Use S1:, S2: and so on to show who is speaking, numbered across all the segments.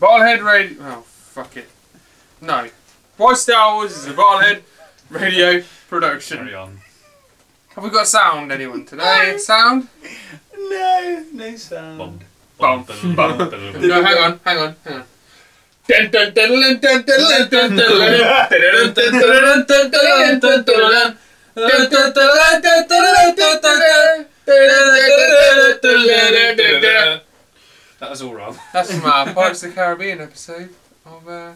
S1: Bottlehead Radio. Oh, fuck it. No. Why Star Wars is a Bottlehead Radio production.
S2: Carry on.
S1: Have we got sound, anyone? Today, sound?
S3: No, no sound.
S2: Bond.
S1: Bum, bum.
S2: Bum, bum, bum, bum.
S1: No, hang on, hang on, hang on. That's
S2: That was all wrong.
S1: from our Pirates of the Caribbean episode of uh,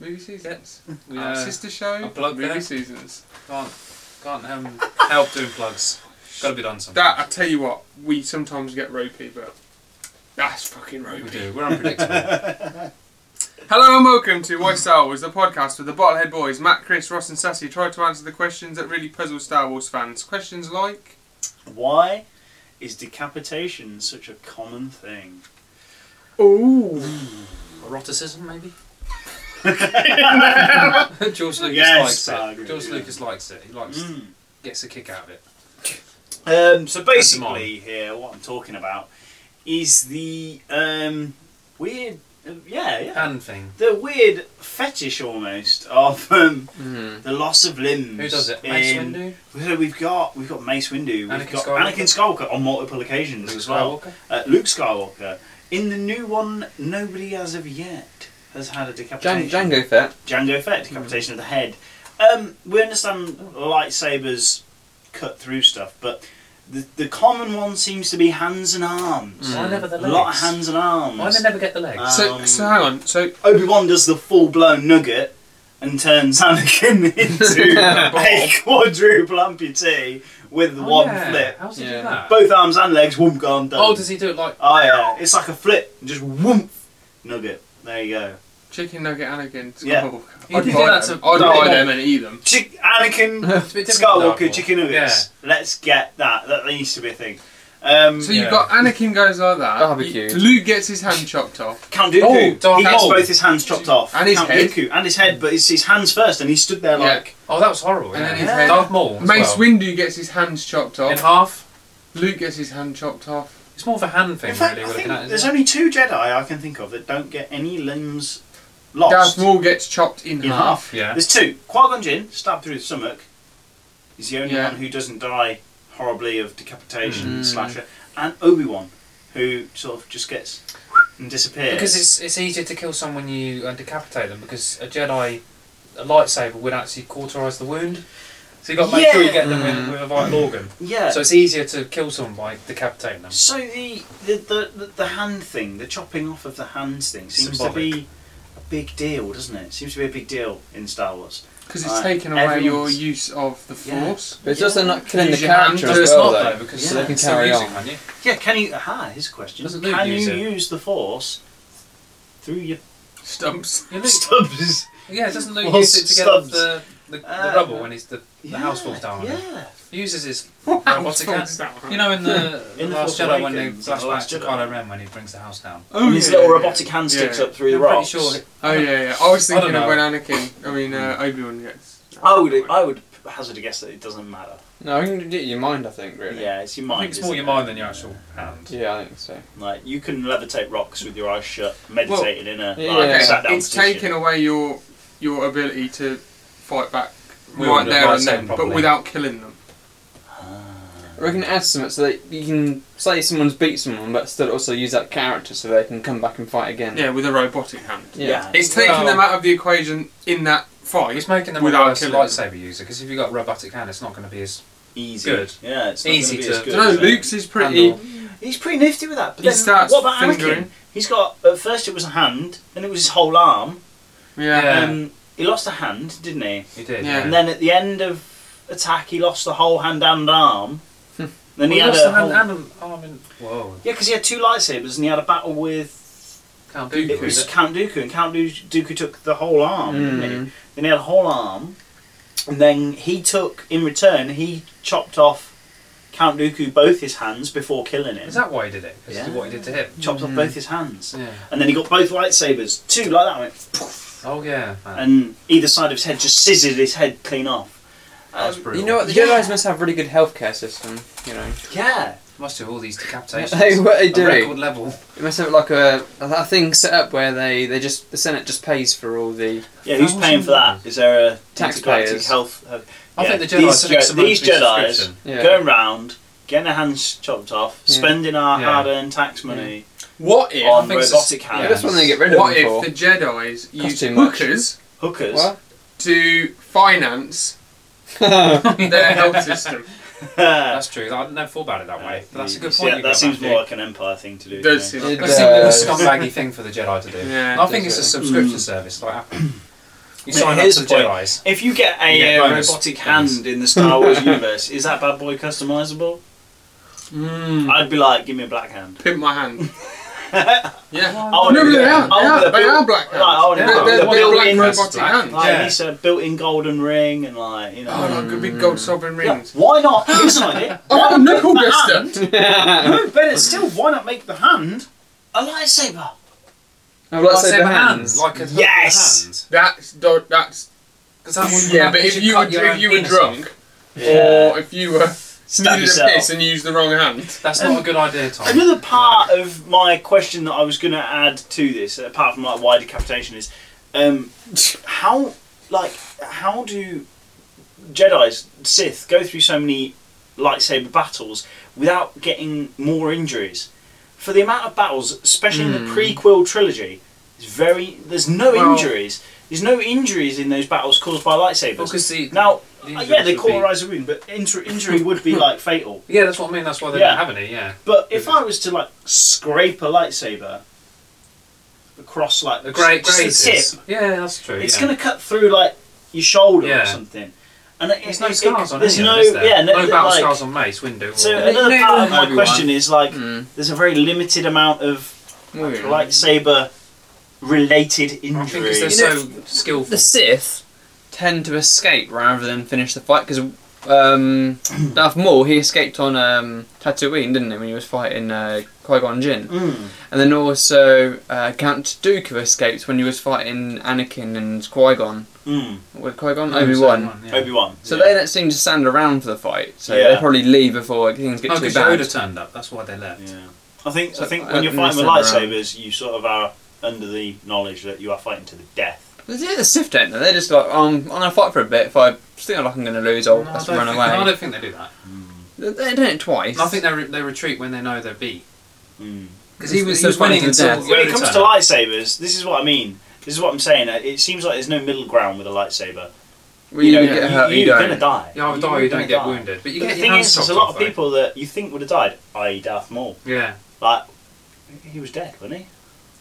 S1: Movie Seasons.
S2: We,
S1: Our
S2: uh,
S1: sister show,
S2: a plug
S1: Movie
S2: there.
S1: Seasons.
S2: can't can't um, help doing plugs. Got to be done something.
S1: That, I tell you what, we sometimes get ropey, but that's fucking
S2: we
S1: ropey.
S2: do. We're unpredictable.
S1: Hello and welcome to Why Star Wars, the podcast where the Bottlehead Boys, Matt, Chris, Ross, and Sassy try to answer the questions that really puzzle Star Wars fans. Questions like,
S3: Why is decapitation such a common thing?
S1: "Ooh,
S2: Eroticism, maybe. George Lucas
S3: Yes, I
S2: likes
S3: agree,
S2: it. George
S3: yeah.
S2: Lucas likes it. He likes
S3: Mm.
S2: gets a kick out of it.
S3: Um, so
S2: Come on.
S3: basically, here what I'm talking about is the um, weird, uh, yeah, yeah,
S2: Hand thing.
S3: the weird fetish almost of um, the loss of limbs.
S2: Hmm. Who does it? Mace
S3: in-
S2: Windu.
S3: So we've got we've got Mace Windu, we've
S2: Anakin
S3: got
S2: Skywalker.
S3: Anakin Skywalker on multiple occasions
S2: Luke
S3: as well.
S2: Skywalker.
S3: Uh, Luke Skywalker in the new one, nobody as of yet has had a decapitation.
S4: Django Fett.
S3: Django Fett,
S2: Mm-hmm.
S3: decapitation of the head. Um, we understand lightsabers cut through stuff, but the, the common one seems to be hands and arms.
S2: Why never the
S3: A
S2: legs?
S3: Mm. lot of hands and arms.
S2: Mm. Why they never get the legs?
S3: Uh,
S1: So,
S3: Um,
S1: so hang on. So,
S3: Obi Wan does the full blown nugget and turns Anakin into a quadruple amputee with
S2: Oh,
S3: one
S2: yeah.
S3: flip.
S2: How's he do
S4: Yeah.
S2: that?
S3: Both arms and legs, whoomp, gone, done.
S2: Oh, does he do it like?
S3: Oh, yeah. It's like a flip, just whoomp, nugget. There you go.
S1: chicken nugget Anakin.
S3: Yeah.
S1: Oh, God.
S2: He did
S1: I'd buy
S2: that
S1: them.
S2: to-
S1: I'd
S3: No,
S1: buy
S3: no.
S1: them and eat them.
S3: Chick- Anakin
S2: It's a bit difficult now,
S3: Skywalker
S2: but-
S3: chicken nuggets. Let's get that. That needs to be a thing. Um,
S1: So
S2: Yeah.
S1: you've got Anakin goes like that.
S4: Barbecue.
S1: You- Luke gets his hand chopped off.
S3: Count Dooku.
S2: Oh, Darth
S3: he gets
S2: Maul.
S3: both his hands chopped off.
S1: And his
S3: Count
S1: head.
S3: Dooku. And his head, but it's his hands first, and he stood there
S1: Yeah.
S3: like.
S2: Oh, that was horrible.
S1: And
S2: yeah.
S1: then his
S2: Yeah.
S1: head-
S2: Darth Maul. as
S1: Mace
S2: well.
S1: Windu gets his hands chopped
S2: in
S1: off.
S2: half.
S1: Luke gets his hand chopped off.
S2: It's more of a hand thing,
S3: In fact,
S2: really.
S3: I
S2: we're
S3: think
S2: looking at, isn't
S3: there's
S2: it?
S3: only two Jedi I can think of that don't get any limbs lost
S1: Darth Maul gets chopped in,
S3: in
S1: half.
S3: half.
S2: Yeah.
S3: There's two. Qui Gon Jinn, stabbed through the stomach, is the only
S1: Yeah.
S3: one who doesn't die horribly of decapitation
S1: Mm.
S3: slasher, and Obi Wan, who sort of just gets and disappears.
S2: Because it's it's easier to kill someone you uh, decapitate them because a Jedi, a lightsaber would actually cauterize the wound. So you got to make sure you get them
S1: Mm.
S2: with, with a vital organ.
S3: yeah.
S2: So it's easier to kill someone by decapitating them.
S3: So the the, the the the hand thing, the chopping off of the hands thing, seems
S2: Symbolic.
S3: to be a big deal, doesn't it? Seems to be a big deal in Star Wars.
S1: Because it's
S3: Right.
S1: taken away your
S3: Everyone's-
S1: use of the
S3: Yeah.
S1: force.
S4: But it's also not killing the
S1: Use your hand
S4: character
S1: to
S4: as
S2: it's
S4: well,
S2: not
S4: though.
S2: though because
S3: Yeah.
S4: So they can
S2: it's still
S4: carry
S2: using,
S4: on.
S2: can you?
S3: Yeah, can you? Ah, here's a question.
S2: Doesn't Luke
S3: Can you
S2: use
S3: use,
S2: it?
S3: the Force through your
S1: Stumps.
S2: Yeah, Luke,
S3: stubs?
S2: yeah, doesn't Luke
S3: Well,
S2: use it to get off
S3: stubs.
S2: the, the, the
S3: Uh,
S2: rubble when he's the, the
S3: yeah,
S2: house falls down? on him?
S3: Uh, Yeah.
S2: He uses his
S1: House
S2: robotic
S1: falls
S2: hand.
S1: down.
S2: You know, in the,
S3: In The
S2: Last
S3: Force
S2: Jedi when they
S3: Awakens, in
S2: flash
S3: The
S2: back
S3: Last
S2: to
S3: Jedi.
S2: Kylo Ren when he brings the house down.
S1: Oh,
S3: and his
S1: yeah,
S3: little
S1: yeah,
S3: robotic
S1: yeah.
S3: hand sticks
S1: Yeah.
S3: up through the
S2: I'm pretty
S3: rocks.
S2: sure
S1: Oh yeah, yeah. I was
S2: I don't
S1: thinking of
S2: know.
S1: when Anakin. I mean, uh, Obi Wan gets.
S3: I would I would hazard a guess that it doesn't matter.
S4: No, I think it's your mind, I think, really.
S3: Yeah, it's your mind.
S2: I think it's
S3: isn't
S2: more your
S3: it?
S2: mind than your actual hand.
S4: Yeah, I think so.
S3: Like you can levitate rocks with your eyes shut, meditating in a
S4: yeah,
S3: like,
S4: yeah.
S3: sat down
S1: it's
S3: position.
S1: taken away your your ability to fight back
S2: We
S1: right
S2: would
S1: there
S2: have
S1: and then,
S2: lightsaber properly.
S1: but without killing them.
S3: Ah.
S4: I reckon it adds something so that you can say someone's beat someone, but still also use that character so they can come back and fight again.
S1: Yeah, with a robotic hand.
S4: Yeah.
S1: It's taking
S2: Well-
S1: them out of the equation in that fight.
S2: It's making them
S1: Without
S2: without a
S1: killing them.
S2: lightsaber user because if you've got a robotic hand, it's not going to be as.
S3: easy.
S2: Good.
S3: Yeah, it's not
S2: Easy
S3: gonna be
S2: to-
S3: as good.
S1: No,
S3: as it?
S1: Luke's is pretty.
S3: He's pretty nifty with that. But
S1: He
S3: then,
S1: starts
S3: what about Anakin?
S1: fingering.
S3: He's got at first it was a hand, then it was his whole arm.
S1: Yeah.
S2: Yeah.
S3: Um, he lost a hand, didn't he?
S2: You did.
S1: Yeah.
S3: And then at the end of attack, he lost the whole hand and arm. then
S2: Hmm. Well,
S3: he
S2: you
S3: had
S2: lost
S3: a
S2: the hand
S3: whole...
S2: and an arm in- Whoa.
S3: yeah, because he had two lightsabers and he had a battle with
S2: Can't
S1: Dooku.
S2: do
S3: it was
S2: that.
S3: Count Dooku, and Count Du- Dooku took the whole arm. Didn't
S2: Hmm.
S4: Mm.
S3: he? Then he had a whole arm, and then he took in return he chopped off Count Dooku both his hands before killing him.
S2: Is that why he did it? Because
S3: Yeah.
S2: what he did to him.
S3: chopped off both his hands.
S2: Yeah.
S3: And then he got both lightsabers, two like that, and, went,
S2: Oh yeah. Man.
S3: and either side of his head just scissored his head clean off.
S2: That's
S3: Um,
S2: brutal.
S4: You know what? The
S3: Yeah.
S4: Jedi's must have a really good healthcare system. You know,
S3: yeah.
S2: Must do all these decapitations.
S4: Hey, what are they
S2: at
S4: doing?
S2: Record level.
S4: It must have like a, a thing set up where they, they just the Senate just pays for all the
S3: Yeah, who's paying for that? Is there a
S4: Taxpayers.
S3: intergalactic health? Uh,
S2: I
S3: yeah,
S2: think the Jedi's
S3: these,
S2: fixed
S3: Je-
S2: them
S3: these
S2: under
S3: Jedi's
S2: subscription.
S4: yeah.
S3: going round, getting their hands chopped off,
S4: Yeah.
S3: spending our
S2: Yeah.
S3: hard-earned tax money
S1: What if?
S3: on
S2: Oh, think it's-
S3: robotic
S2: yeah.
S3: hands.
S4: That's when they get rid of
S1: What
S4: them
S1: if
S4: for.
S1: the Jedi's used
S4: too much.
S1: hookers
S3: hookers.
S4: What?
S1: to finance their health system?
S3: that's
S2: That's true. I never thought about it that way. But that's a good
S3: Yeah,
S2: point. you
S3: that
S2: brought
S3: seems
S2: back,
S3: more
S2: Duke.
S3: like an empire thing to do.
S1: It
S3: to
S1: does
S3: me.
S1: seem like
S4: It
S2: That seems like
S4: does.
S2: a scumbaggy thing for the Jedi to do.
S1: Yeah,
S2: And I think it's a
S4: does,
S2: subscription service like Apple. You
S3: Yeah,
S2: sign up
S3: here's
S2: to the
S3: the point.
S2: Jedi's.
S3: If you get a
S2: You get
S3: uh,
S2: bonus
S3: robotic
S2: things.
S3: hand in the Star Wars universe, is that bad boy customizable?
S1: Mm.
S3: I'd be like, give me a black hand.
S1: Pimp my hand. yeah.
S3: I
S1: no,
S3: wanna
S1: but
S3: do
S1: they
S3: that.
S1: are. They
S3: I wanna
S1: are, they
S3: build-
S1: are black
S3: Like, I
S1: hands.
S3: wanna
S1: They're,
S2: Yeah,
S3: build-
S1: they're,
S2: they're
S1: they're
S2: built
S1: black
S2: in-
S1: robotic
S2: black.
S1: hands.
S3: Like
S2: Yeah.
S3: it's a built-in golden ring and like you know.
S1: Oh, like a big gold sovereign
S3: Yeah,
S1: rings.
S3: why not? Here's an idea.
S1: Oh,
S3: Why
S1: a
S3: not make
S1: knuckle
S3: the
S1: duster.
S3: hand- No, but it's still, why not make the hand a lightsaber?
S4: Oh, let's say
S2: Lightsaber
S4: the hands.
S2: Like a
S3: Yes!
S1: That's do- that's
S2: Because that one.
S1: yeah. But if you were,
S2: cut your
S1: if
S2: own
S1: you were
S2: penis off.
S1: drunk or if you were
S3: Stab
S1: needed a
S3: yourself.
S1: piss and used the wrong hand,
S2: that's not a good idea, Tom.
S3: Another part of my question that I was going to add to this, apart from like why decapitation is, um, how like how do Jedi's Sith go through so many lightsaber battles without getting more injuries? For the amount of battles, especially in the prequel trilogy, it's very there's no
S1: Well-
S3: injuries. There's no injuries in those battles caused by lightsabers.
S2: Because the,
S3: now,
S2: the
S3: uh, yeah,
S2: injuries
S3: they
S2: would
S3: call
S2: be-
S3: a rise a wound, but inter- injury would be like fatal.
S2: Yeah, that's what I mean. That's why they
S3: Yeah.
S2: don't have any. Yeah.
S3: But if I was to like scrape a lightsaber across like
S2: The great
S3: just
S2: grades.
S3: the tip,
S2: Yeah, that's true.
S3: it's
S2: yeah.
S3: gonna cut through like your shoulder or
S2: Yeah.
S3: something. And it,
S2: There's
S3: it-
S2: no
S3: it-
S2: scars on
S3: There's
S2: any
S3: no
S2: of them, is there?
S3: yeah no,
S2: no battle
S3: like-
S2: scars on Mace, Windu.
S3: So uh,
S2: or,
S4: They-
S3: another
S4: they
S3: part
S4: all
S3: of
S4: have
S3: my
S4: one.
S3: question is like,
S2: Hmm.
S4: Mm.
S3: there's a very limited amount of
S4: Moving on.
S3: lightsaber related
S2: I think 'cause
S3: injury.
S2: they're
S4: You know,
S2: so skillful.
S4: the Sith tend to escape rather than finish the fight because um, Darth Maul he escaped on um, Tatooine, didn't he, when he was fighting uh, Qui Gon Jinn,
S3: Mm.
S4: and then also uh, Count Dooku escaped when he was fighting Anakin and Qui Gon.
S3: Mm.
S4: With Qui Gon,
S2: Yeah,
S4: Obi Wan.
S2: yeah.
S3: Obi Wan.
S4: So
S3: yeah.
S4: they don't seem to stand around for the fight, so
S3: Yeah.
S4: they probably leave before things get
S2: Oh,
S4: too
S2: because
S4: bad.
S2: Yoda turned up. That's why they left.
S3: Yeah. I think I
S4: So,
S3: think
S4: uh,
S3: when you're fighting with
S4: messing around.
S3: lightsabers, you sort of are under the knowledge that you are fighting to the death.
S4: But they're the Sith don't they? They're just like, um, I'm gonna fight for a bit. If I still like I'm gonna lose, I'll
S2: No, I
S4: just
S2: don't
S4: run
S2: think-
S4: away.
S2: no, I don't think they do that.
S4: They- They've done it twice.
S2: And I think they, re- they retreat when they know they're beat.
S3: Mm.
S2: Because he was,
S4: It's
S2: he was
S4: the fighting
S2: winning
S4: to
S2: until
S4: death.
S2: Yoda
S3: when it comes
S2: turned
S3: to
S2: up.
S3: lightsabers, this is what I mean. This is what I'm saying. uh, It seems like there's no middle ground with a lightsaber.
S4: Well, you,
S3: know,
S4: get hurt, you,
S3: you're
S4: don't.
S3: gonna die.
S2: Yeah, I would
S3: You're
S2: die. You
S3: gonna
S2: don't get
S3: die.
S2: wounded, but you
S3: But
S2: get
S3: the
S2: your
S3: thing
S2: hands
S3: is, there's
S2: chopped
S3: a lot
S2: off,
S3: of
S2: though.
S3: people that you think would have died, i.e., Darth Maul.
S2: Yeah,
S3: Like he was dead, wasn't he?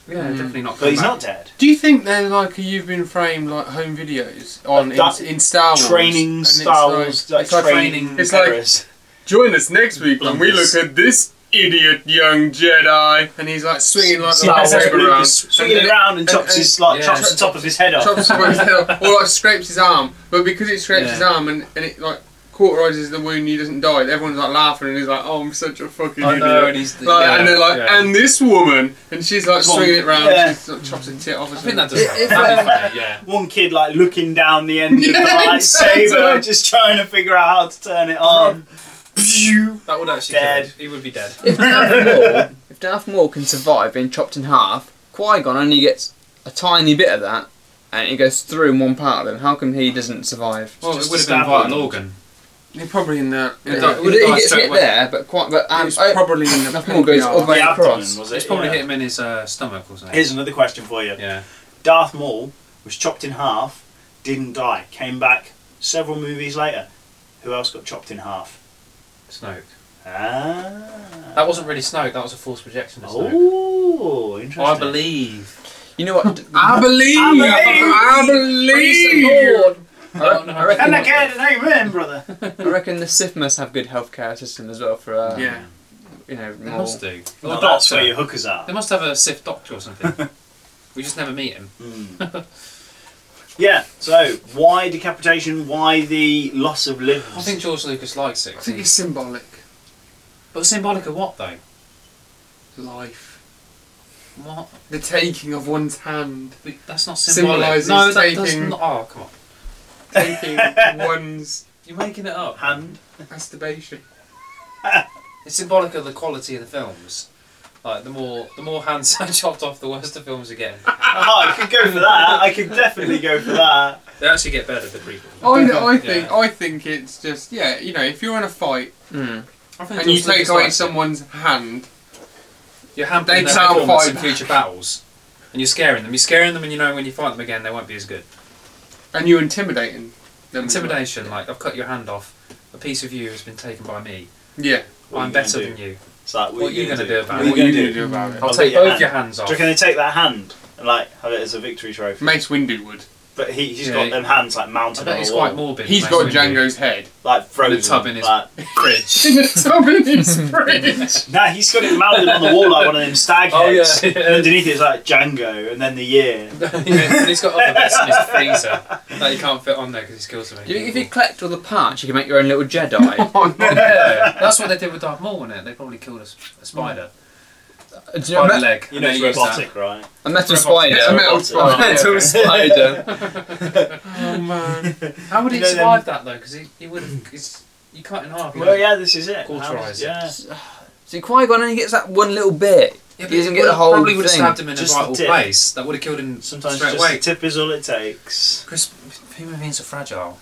S2: yeah,
S4: Mm.
S2: definitely not.
S3: But he's
S2: come
S3: not
S2: back.
S3: dead.
S1: Do you think they're like a you've been framed like home videos on
S3: That-
S1: in, in Star Wars?
S3: Training
S1: and it's
S3: Star
S1: like-
S3: Wars, like,
S1: it's like
S3: training.
S1: it's like-
S3: errors.
S1: Join us next week when we
S3: Blunders.
S1: look at this idiot young Jedi, and he's like swinging like the
S3: Star Wars
S1: lightsaber around,
S3: Lucas swinging
S1: and
S3: it
S1: then
S3: around and chops
S1: and-
S3: his like
S2: yeah.
S3: chops the top of his head
S1: it
S3: off.
S1: chops someone's head off, or like scrapes his arm. But because it scrapes
S2: Yeah.
S1: his arm and, and it like cauterizes the wound, he doesn't die. Everyone's like laughing, and he's like, "Oh, I'm such a fucking
S2: I
S1: idiot."
S2: know, and he's. The,
S1: Like,
S2: yeah,
S1: and they're like,
S2: yeah.
S1: and this woman, and she's like
S3: Come on.
S1: swinging it round,
S3: Yeah.
S1: she's like, chops her tit off. or
S2: I think that
S1: something.
S2: does. happen. That'd be funny, yeah.
S3: One kid like looking down the end of the
S1: Yeah,
S3: lightsaber,
S1: exactly.
S3: just trying to figure out how to turn it on. Pew.
S2: That would actually kill
S3: Dead.
S2: him. He would be dead.
S4: If Darth Maul, if Darth Maul can survive being chopped in half, Qui Gon only gets a tiny bit of that, and it goes through in one part of him. How come he doesn't survive?
S2: Well,
S3: Just
S2: it would have
S3: stab
S2: been quite an
S3: him.
S2: organ.
S1: They're probably in the.
S2: Yeah.
S1: the-
S2: he
S4: Well, he
S2: dies
S4: gets to
S2: straight
S4: get
S2: away.
S4: there, but quite. But um,
S1: It's
S4: oh,
S1: probably in the.
S4: Darth Maul goes all the
S3: The
S4: way
S3: abdomen,
S4: across.
S3: was it?
S2: It's probably
S3: Yeah.
S2: hit him in his uh, stomach or something.
S3: Here's another question for you.
S2: yeah.
S3: Darth Maul was chopped in half, didn't die, came back several movies later. Who else got chopped in half?
S2: Snoke.
S3: Ah.
S2: That wasn't really Snoke. That was a force projection. Of Snoke.
S3: Oh, interesting.
S2: I believe.
S4: You know what?
S1: I believe. I
S3: I
S1: believe.
S2: I don't know.
S4: I reckon-
S3: And I can't amen, brother.
S4: I reckon the Sith must have good healthcare system as well for uh,
S1: Yeah.
S4: you know
S2: They
S4: more.
S2: must do.
S3: Well,
S2: Not
S3: that's
S2: that,
S3: where
S2: uh,
S3: your hookers are.
S2: They must have a Sith doctor or something. we just never meet him.
S3: Mm. yeah, so why decapitation? Why the loss of limbs?
S2: I think George Lucas likes it.
S1: I think it's symbolic.
S2: But symbolic of what though?
S1: Life.
S2: What?
S1: The taking of one's hand.
S2: We- That's not symbolic.
S1: Symbolises
S2: no, that, that's
S1: taking-
S2: not. Oh come on.
S1: Taking one's
S2: You're making it up.
S3: hand.
S1: masturbation.
S2: It's symbolic of the quality of the films. Like the more the more hands are chopped off, the worse the films are getting.
S3: Oh, I could go for that. I could definitely go for that.
S2: They actually get better the prequel.
S1: I, I think
S2: Yeah.
S1: I think it's just yeah you know if you're in a fight
S4: Mm.
S2: I think
S1: and you take away someone's hand
S2: You're hampering
S1: They
S2: their
S1: can't
S2: performance
S1: fight
S2: in
S1: back.
S2: future battles, and you're scaring them. You're scaring them, and you know when you fight them again, they won't be as good.
S1: and you intimidating them
S2: Intimidation, like I've cut your hand off. A piece of you has been taken by me.
S1: yeah
S3: What are
S2: I'm
S3: you gonna
S2: better
S3: do?
S2: than you.
S3: It's like,
S2: What are you gonna do about it?
S3: What are you
S1: what
S3: gonna
S1: you
S3: do?
S1: gonna do about it
S2: I'll
S3: I'll
S2: take
S3: take your
S2: both
S3: hand.
S2: your hands off.
S3: Do you reckon they take that hand and like have it as a victory trophy?
S1: Mace Windu would
S3: But he, he's
S2: Yeah.
S3: got them hands like
S2: I
S3: mounted on
S2: bet
S3: a
S2: it's
S3: wall,
S2: quite morbid.
S1: he's
S2: Mace
S1: got
S2: Windu.
S1: Django's head
S3: like frozen.
S2: tub in his-
S3: like-
S2: fridge.
S1: in the tub in his fridge
S3: Nah, he's got it mounted on the wall like one of them stag
S2: Oh, yeah.
S3: heads. And underneath it's like Django, and then the year.
S2: yeah, and he's got other bits in his freezer that he can't fit on there because he's killed so many
S4: Do you think if you
S2: people.
S4: collect all the parts, you can make your own little Jedi?
S1: oh, no.
S2: Yeah, that's what they did with Darth Maul, wasn't it? They probably killed a, s- a spider.
S4: Do you know,
S2: Spider
S4: me-
S2: leg.
S3: You
S2: and
S3: know,
S2: then
S3: it's
S2: he goes
S3: robotic, right?
S4: a
S2: Robotic.
S4: metal spider.
S1: It's a metal
S3: Robotic.
S4: A
S1: spider.
S4: metal spider.
S1: oh man
S2: down. How would he
S3: You know
S2: survive that though? Because he, he would have. You cut in half.
S3: Well, yeah, this is it.
S2: Culturise
S3: How does-
S2: it.
S3: Yeah.
S4: See, Qui Gon only gets that one little bit.
S2: Yeah,
S4: He doesn't
S2: it
S4: get the
S2: would've-
S4: whole
S2: Probably would have
S4: thing.
S2: stabbed him in
S3: Just
S2: a
S3: the
S2: vital
S3: tip.
S2: place. That would have killed him
S3: Sometimes
S2: straight
S3: just
S2: away.
S3: a tip is all it takes.
S2: Chris, human beings are fragile.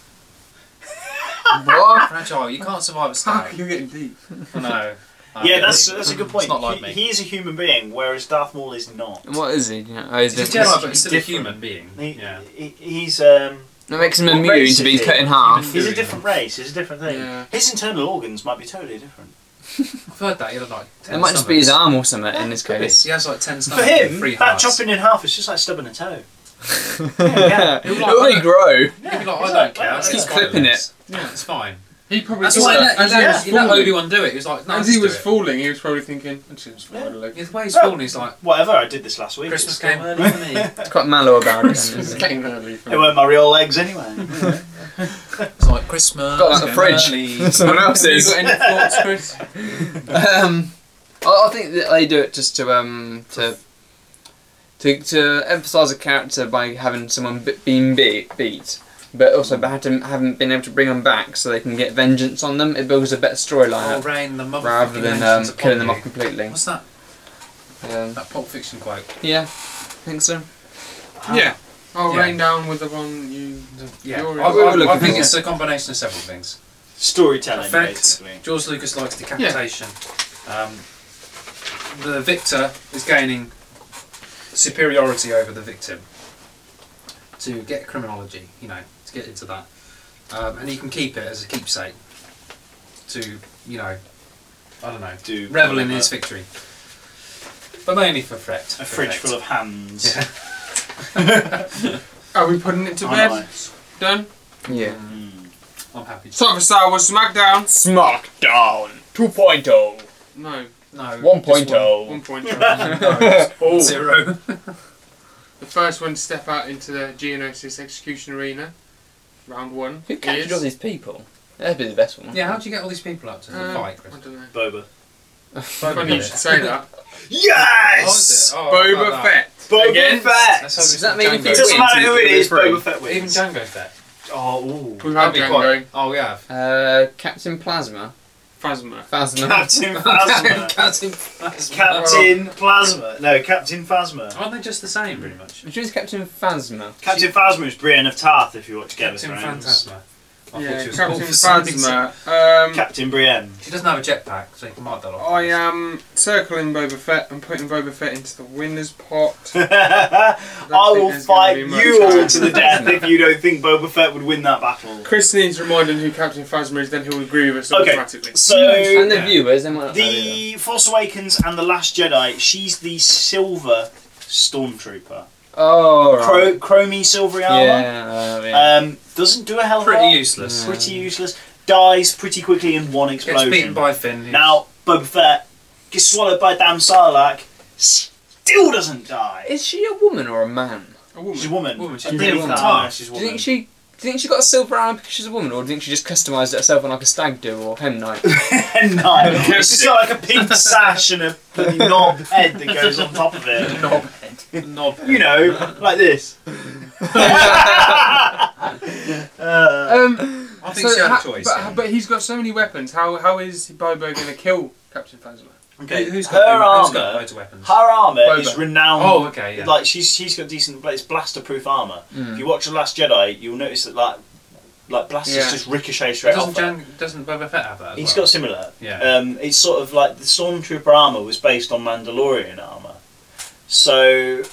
S4: What?
S2: Fragile. Ah! You can't survive a
S1: fuck
S2: stab.
S1: you're getting deep
S2: I know. I
S3: yeah,
S2: get
S3: that's
S2: it.
S3: that's a good point.
S2: It's not like
S3: he,
S2: me.
S3: he is a human being, whereas Darth Maul is not.
S4: And what is he? You know, oh, he's
S2: He's a
S4: different.
S2: Jedi, but he's still a
S3: different.
S2: human being.
S3: He,
S2: Yeah.
S3: he- he's um,
S4: That makes him
S3: What
S4: immune
S3: race
S4: to being
S3: is
S4: cut
S3: he?
S4: in half.
S3: he's a
S2: Fury.
S3: different race. He's a different thing.
S1: Yeah.
S3: His internal organs might be totally different.
S2: I've heard that. He had like. 10
S4: It might just be his
S2: stomachs.
S4: arm or something in this
S2: He
S4: case.
S2: has like ten
S3: For
S2: stomachs.
S3: him,
S2: three
S3: that
S2: hearts.
S3: chopping in half is just like stubbing a toe.
S4: yeah.
S2: He'll
S4: It'll
S2: like-
S4: only grow.
S2: He'd be like,
S3: he's
S2: I
S3: like,
S2: don't care.
S3: well,
S2: I'll
S3: he's
S2: just
S4: clipping
S2: violence. Yeah, it's fine.
S1: he probably
S2: That's
S1: thought
S2: why he
S1: that
S2: let,
S1: as he was
S2: he let
S1: falling-
S2: Obi Wan do it. He was like, no,
S1: as
S2: let's
S1: he
S2: do
S1: was
S2: it.
S1: falling he was probably thinking "I'm just gonna slide a leg."
S2: Yeah, The way he's
S3: Oh.
S2: falling, he's like,
S3: Whatever I did this last week.
S2: Christmas
S3: it's-
S2: came early for me.
S4: It's quite mellow about it.
S1: Christmas
S4: isn't it?
S1: came early for
S3: They
S1: me.
S3: weren't my real legs anyway.
S2: It's like Christmas.
S4: Got that in the
S2: came
S4: fridge.
S2: early.
S4: Someone
S1: you
S4: else's.
S1: got any thoughts Chris
S4: um, I, I think that they do it just to um to to, to emphasise a character by having someone b- being beat, beat, but also by having haven't been able to bring them back so they can get vengeance on them. It builds a better
S2: I'll
S4: storyline up
S2: rain the motherfucking
S4: rather than um,
S2: nations upon
S4: killing them
S2: you.
S4: off completely.
S2: What's that?
S4: Um,
S2: That Pulp Fiction quote.
S4: yeah, I think so.
S1: yeah I'll
S2: Yeah.
S1: rain down with the one you
S2: Yeah,
S1: You're-
S2: I, I-
S1: we're
S2: I
S4: looking
S2: think
S4: for
S2: it's a combination of several things.
S3: Storytelling,
S2: Effect.
S3: basically.
S2: George Lucas likes decapitation. Um, the victor is gaining superiority over the victim. To get criminology, you know, to get into that, um, and you can keep it as a keepsake. To you know, I don't know,
S3: Do
S2: revel in his victory, but mainly for threat.
S3: A fridge full of hands.
S2: Yeah.
S1: are we putting it to
S3: Oh,
S1: bed
S3: nice.
S1: done
S4: Yeah.
S3: Mm.
S2: I'm happy. To
S1: time for Star Wars Smackdown
S5: Smackdown 2.0.
S1: no
S2: no, just one-
S5: 1.0.
S1: one point oh. no,
S2: Oh. Zero.
S1: The first one to step out into the Geonosis Execution Arena, round one.
S4: Who captured
S1: is-
S4: all these people? That'd be the best one.
S2: Yeah, how do you get all these people up to the
S1: Um,
S2: fight,
S1: I
S2: Chris?
S1: don't know.
S3: Boba.
S1: Funny you should say that.
S3: Yes!
S2: Oh, is it? Oh, I
S1: Boba
S2: like that.
S1: Fett.
S3: Boba
S1: against-
S3: Fett!
S2: Let's hope
S4: Does
S2: it's
S4: that mean if
S2: Django.
S4: he
S3: It doesn't
S4: wins,
S3: matter who it is,
S4: free?
S3: Boba Fett
S2: Even
S3: wins.
S2: Django Fett.
S3: Oh, ooh.
S1: We've had
S2: That'd be quite-
S1: Django,
S2: Oh, we have.
S4: Uh, Captain Plasma.
S1: Phasma.
S4: Phasma.
S3: Captain Phasma.
S2: Captain Phasma.
S3: Captain Plasma. No, Captain Phasma.
S2: Aren't they just the same, pretty much?
S4: Who's Captain Phasma?
S3: Captain Phasma is Brienne of Tarth, if you watch Game of
S2: Captain
S3: Thrones.
S2: Phantasma. I thought
S1: Yeah,
S2: she was
S1: Captain
S2: called for some reason.
S1: Phasma. Um,
S3: Captain Brienne.
S2: She doesn't have a jetpack, so you can mark that
S4: Oh,
S2: off.
S1: I am circling Boba Fett and putting Boba Fett into the winner's pot.
S3: I will
S1: there's gonna
S3: fight
S1: be much
S3: you all
S1: time.
S3: to the death if you don't think Boba Fett would win that battle.
S1: Chris needs reminding who Captain Phasma is, then he'll agree with us
S3: Okay.
S1: automatically.
S3: So,
S4: And the
S2: Yeah.
S4: viewers, they might not know either.
S3: the Force Awakens and The Last Jedi, she's the silver stormtrooper.
S4: Oh, right.
S3: Cro- chromey silvery armour.
S4: Yeah, uh, yeah.
S3: Um, doesn't do a hell of a
S2: Pretty
S3: lot.
S2: useless.
S4: Yeah.
S3: Pretty useless. Dies pretty quickly in one
S2: Gets beaten
S3: explosion.
S2: by Finn. who's-
S3: Now, Boba Fett gets swallowed by damn Sarlacc, still doesn't die.
S4: is she a woman or a man?
S1: A
S3: She's a
S1: woman.
S3: woman.
S2: Woman, she's
S3: I
S2: a
S3: believe
S2: woman.
S3: that.
S2: Ah,
S3: Yeah, she's a
S4: Do you
S3: woman.
S4: think she? Do you think she got a silver arm because she's a woman, or do you think she just customised it herself on like a stag do or hen night?
S3: no, it's just got like a pink sash and a bloody knob head that goes on top of it.
S2: Knobhead. Knobhead.
S3: You know, like this. Uh,
S4: um,
S2: I I think she had
S1: ha-
S2: a choice.
S1: But,
S2: yeah.
S1: but he's got so many weapons. How how is Bobo going to kill Captain Phasma?
S3: Okay,
S2: Who- who's got,
S3: her
S2: who- who's
S3: armor,
S2: got loads of weapons?
S3: her armor
S1: Boba.
S3: is renowned.
S2: Oh, okay, yeah. Hmm.
S3: Like she's she's got decent, but it's blaster-proof armor. If you watch the Last Jedi, you'll notice that like like blasters
S1: Yeah.
S3: just ricochet straight
S2: doesn't,
S3: off. her.
S2: Jan, doesn't Boba Fett have that? As
S3: He's
S2: well?
S3: got similar.
S2: Yeah.
S3: Um, it's sort of like the stormtrooper armor was based on Mandalorian armor, so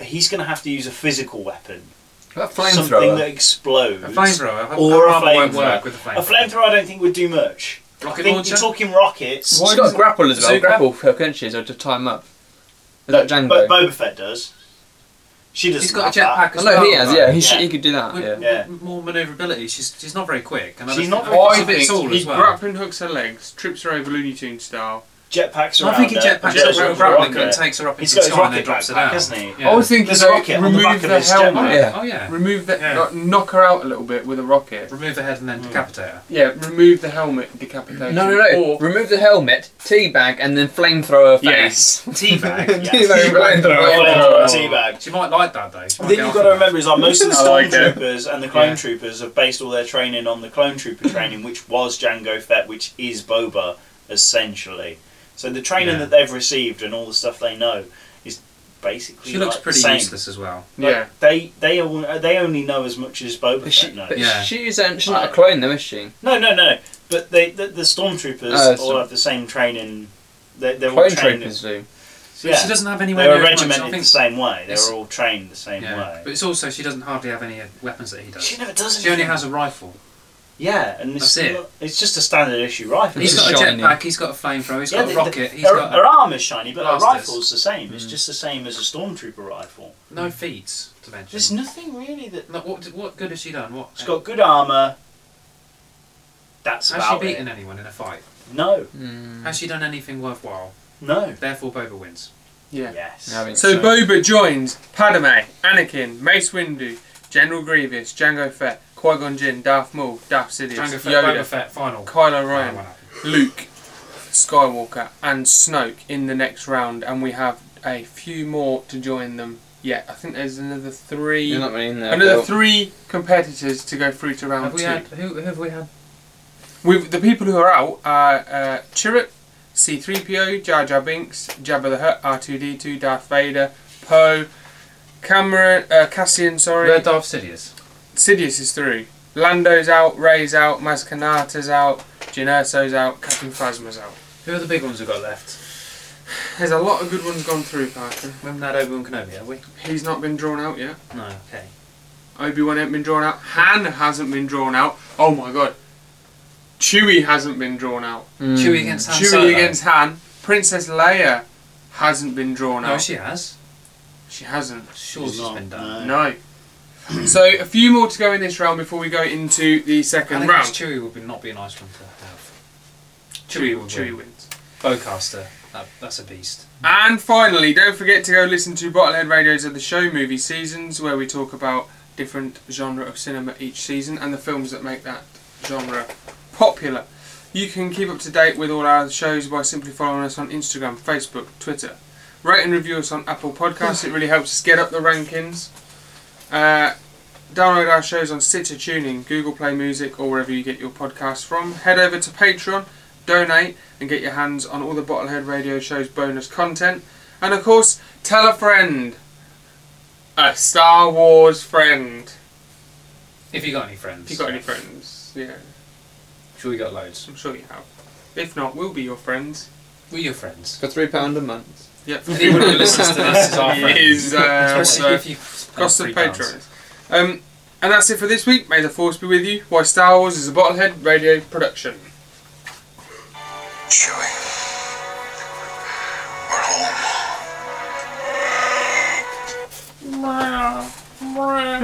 S3: he's going to have to use a physical weapon,
S4: A
S3: something that
S4: flamethrower.
S3: explodes.
S2: a flamethrower.
S3: Or
S2: Or
S3: a
S2: a won't
S3: flamethrower.
S2: work with a
S3: A
S2: flamethrower.
S3: flamethrower, I don't think would do much. I
S2: Rocket
S3: think
S2: launcher.
S3: you're talking rockets.
S4: She's got a grapple as well.
S2: Bazooka?
S4: Grapple her countries or to time up. Is that Django?
S3: But Boba Fett does. She doesn't.
S2: He's got a
S3: have that.
S2: jetpack
S4: I
S2: as
S4: know
S2: well.
S4: he has.
S2: right?
S4: Yeah, he, sh
S3: Yeah.
S4: he could do that.
S2: With
S4: Yeah.
S3: Yeah.
S2: m- more manoeuvrability. She's she's not very quick. And I
S3: She's
S2: don't
S3: not
S2: think-
S3: very
S2: she's a bit
S3: quick.
S2: tall
S1: He
S2: as well.
S1: grappling hooks her legs, trips her over Looney Tune style.
S3: Jetpacks around.
S2: I think he
S3: her.
S2: jetpacks
S3: Jetpacks
S2: her
S3: around
S2: with grappling
S3: her.
S2: and takes her up
S3: He's
S2: into the
S3: got his
S2: sky and then
S3: rocket
S2: drops her
S3: backpack,
S2: down.
S3: hasn't he? Mm.
S2: Yeah.
S1: I was thinking
S3: There's a
S1: like
S3: rocket on the back
S1: remove
S3: of
S1: the,
S3: his jet
S1: helmet,
S4: bike. Yeah.
S2: Oh yeah.
S1: remove the
S2: Yeah.
S1: like, knock her out a little bit with a rocket.
S2: Remove the head and then
S3: Mm.
S2: decapitate her.
S1: Yeah, remove the helmet, decapitation.
S4: No, no, no.
S1: Or
S4: Remove the helmet, teabag, and then flamethrower face.
S1: Yes.
S2: Teabag.
S3: Yeah.
S4: Teabag, flamethrower.
S3: Flamethrower, teabag.
S2: She might like that though. She might
S3: The thing
S2: get
S3: you've
S2: off
S3: got
S2: on that.
S3: to remember is like most of the
S1: I like it.
S3: stormtroopers and the clone
S2: Yeah.
S3: troopers have based all their training on the clone trooper training, which was Django Fett, which is Boba essentially. So the training
S2: Yeah.
S3: that they've received and all the stuff they know is basically
S2: She looks
S3: like,
S2: pretty
S3: the same.
S2: useless as well.
S3: Like,
S1: yeah,
S3: They they all, they only know as much as Boba
S4: But
S3: Fett
S4: she,
S3: knows.
S4: but
S2: Yeah.
S4: she's, um, she's not a clone, though, is she?
S3: No no no. But they the, the stormtroopers
S2: Uh,
S4: Oh,
S3: all
S4: so-
S3: have the same training. They, they're all
S4: Clone
S3: trained.
S4: troopers do.
S2: So
S3: Yeah.
S2: She doesn't have
S3: They
S2: anywhere
S3: were
S2: near as much. I
S3: regimented the
S2: think.
S3: same way. They
S2: Yes.
S3: were all trained the same
S2: Yeah. But
S3: way.
S2: it's also she doesn't hardly have any uh, weapons that he does.
S3: She never does anything.
S2: She only has a rifle.
S3: Yeah, and it's,
S2: That's it.
S3: not- it's just a standard issue rifle.
S2: He's
S4: It's
S2: got a
S4: shiny.
S2: jetpack. He's got a flamethrower. He's
S3: Yeah,
S2: got
S3: the-
S2: a
S3: the-
S2: rocket. He's
S3: her,
S2: got
S3: her armor's shiny, but
S2: blasters. Mm.
S3: her rifle's the same. It's just the same as a stormtrooper rifle.
S2: no feats to mention.
S3: There's nothing really that.
S2: No, what what good has she done? What
S3: It's got good armor. That's
S2: has she
S3: about
S2: beaten
S3: it.
S2: anyone in a fight?
S3: No,
S1: Mm.
S4: Hmm.
S2: Has she done anything worthwhile?
S3: no.
S2: Therefore, Boba wins.
S1: yeah.
S3: Yes.
S4: No, I think
S1: So Boba joins Padme, Anakin, Mace Windu, General Grievous, Django Fett, Qui Gon Jinn, Darth Maul, Darth Sidious,
S2: Django Fett, Boba
S1: Yoda,
S2: Fett, final.
S1: Kylo
S2: Final
S1: Ren,
S2: one up.
S1: Luke, Skywalker, and Snoke in the next round, and we have a few more to join them. Yeah, I think there's another three,
S4: You're not really in there.
S1: another
S4: Bill.
S1: three competitors to go through to round
S2: Have we
S1: two.
S2: had who, who have we had?
S1: With the people who are out are uh, Chirrut, C3PO, Jar Jar Binks, Jabba the Hutt, R2D2, Darth Vader, Poe, Cameron, uh, Cassian, sorry.
S2: Red Darth Sidious.
S1: Sidious is through. Lando's out, Ray's out, Maz Kanata's out, Jyn Erso's out, Captain Phasma's out.
S2: Who are the big ones we've got left?
S1: There's a lot of good ones gone through, Parker.
S2: We haven't had Obi Wan Kenobi, have we?
S1: He's not been drawn out yet.
S2: No. Okay.
S1: Obi Wan hasn't been drawn out. Han hasn't been drawn out. Oh my god. Chewie hasn't been drawn out.
S4: Mm.
S2: Chewie against Han
S1: Hmm. Chewie
S2: Solo.
S1: against Han. Princess Leia hasn't been drawn
S2: No,
S1: out.
S2: she has.
S1: She hasn't.
S2: Sure,
S3: She's
S2: she's
S3: not,
S2: been done.
S1: No. so a few more to go in this round before we go into the
S2: I
S1: second
S2: think it's
S1: round.
S2: Chewie would be not be a nice one to have. Chewie would
S1: Chewie
S2: Chewie. win.
S1: wins.
S2: Bowcaster. That, that's a beast.
S1: And finally, don't forget to go listen to Bottlehead Radio's of the show movie seasons, where we talk about different genre of cinema each season and the films that make that genre popular. You can keep up to date with all our shows by simply following us on Instagram, Facebook, Twitter. Rate and review us on Apple Podcasts. It really helps us get up the rankings. Uh, download our shows on Stitcher Tuning, Google Play Music, or wherever you get your podcasts from. Head over to Patreon, donate, and get your hands on all the Bottlehead Radio Show's bonus content. And of course, tell a friend. A Star Wars friend.
S2: If you got any
S1: If
S2: friends.
S1: you got any friends, yeah,
S2: Sure, you got loads.
S1: I'm sure you have. If not, we'll be your friends.
S2: We're your friends.
S4: For three pound a month.
S1: Yep.
S2: Anyone who listens to this is our friend.
S1: Is, uh,
S2: Especially
S1: so-
S2: if you
S1: cost of
S2: three pounds.
S1: patrons. Um, and that's it for this week. May the force be with you. Why Star Wars is a Bottlehead Radio production.
S6: Chewie. We're home.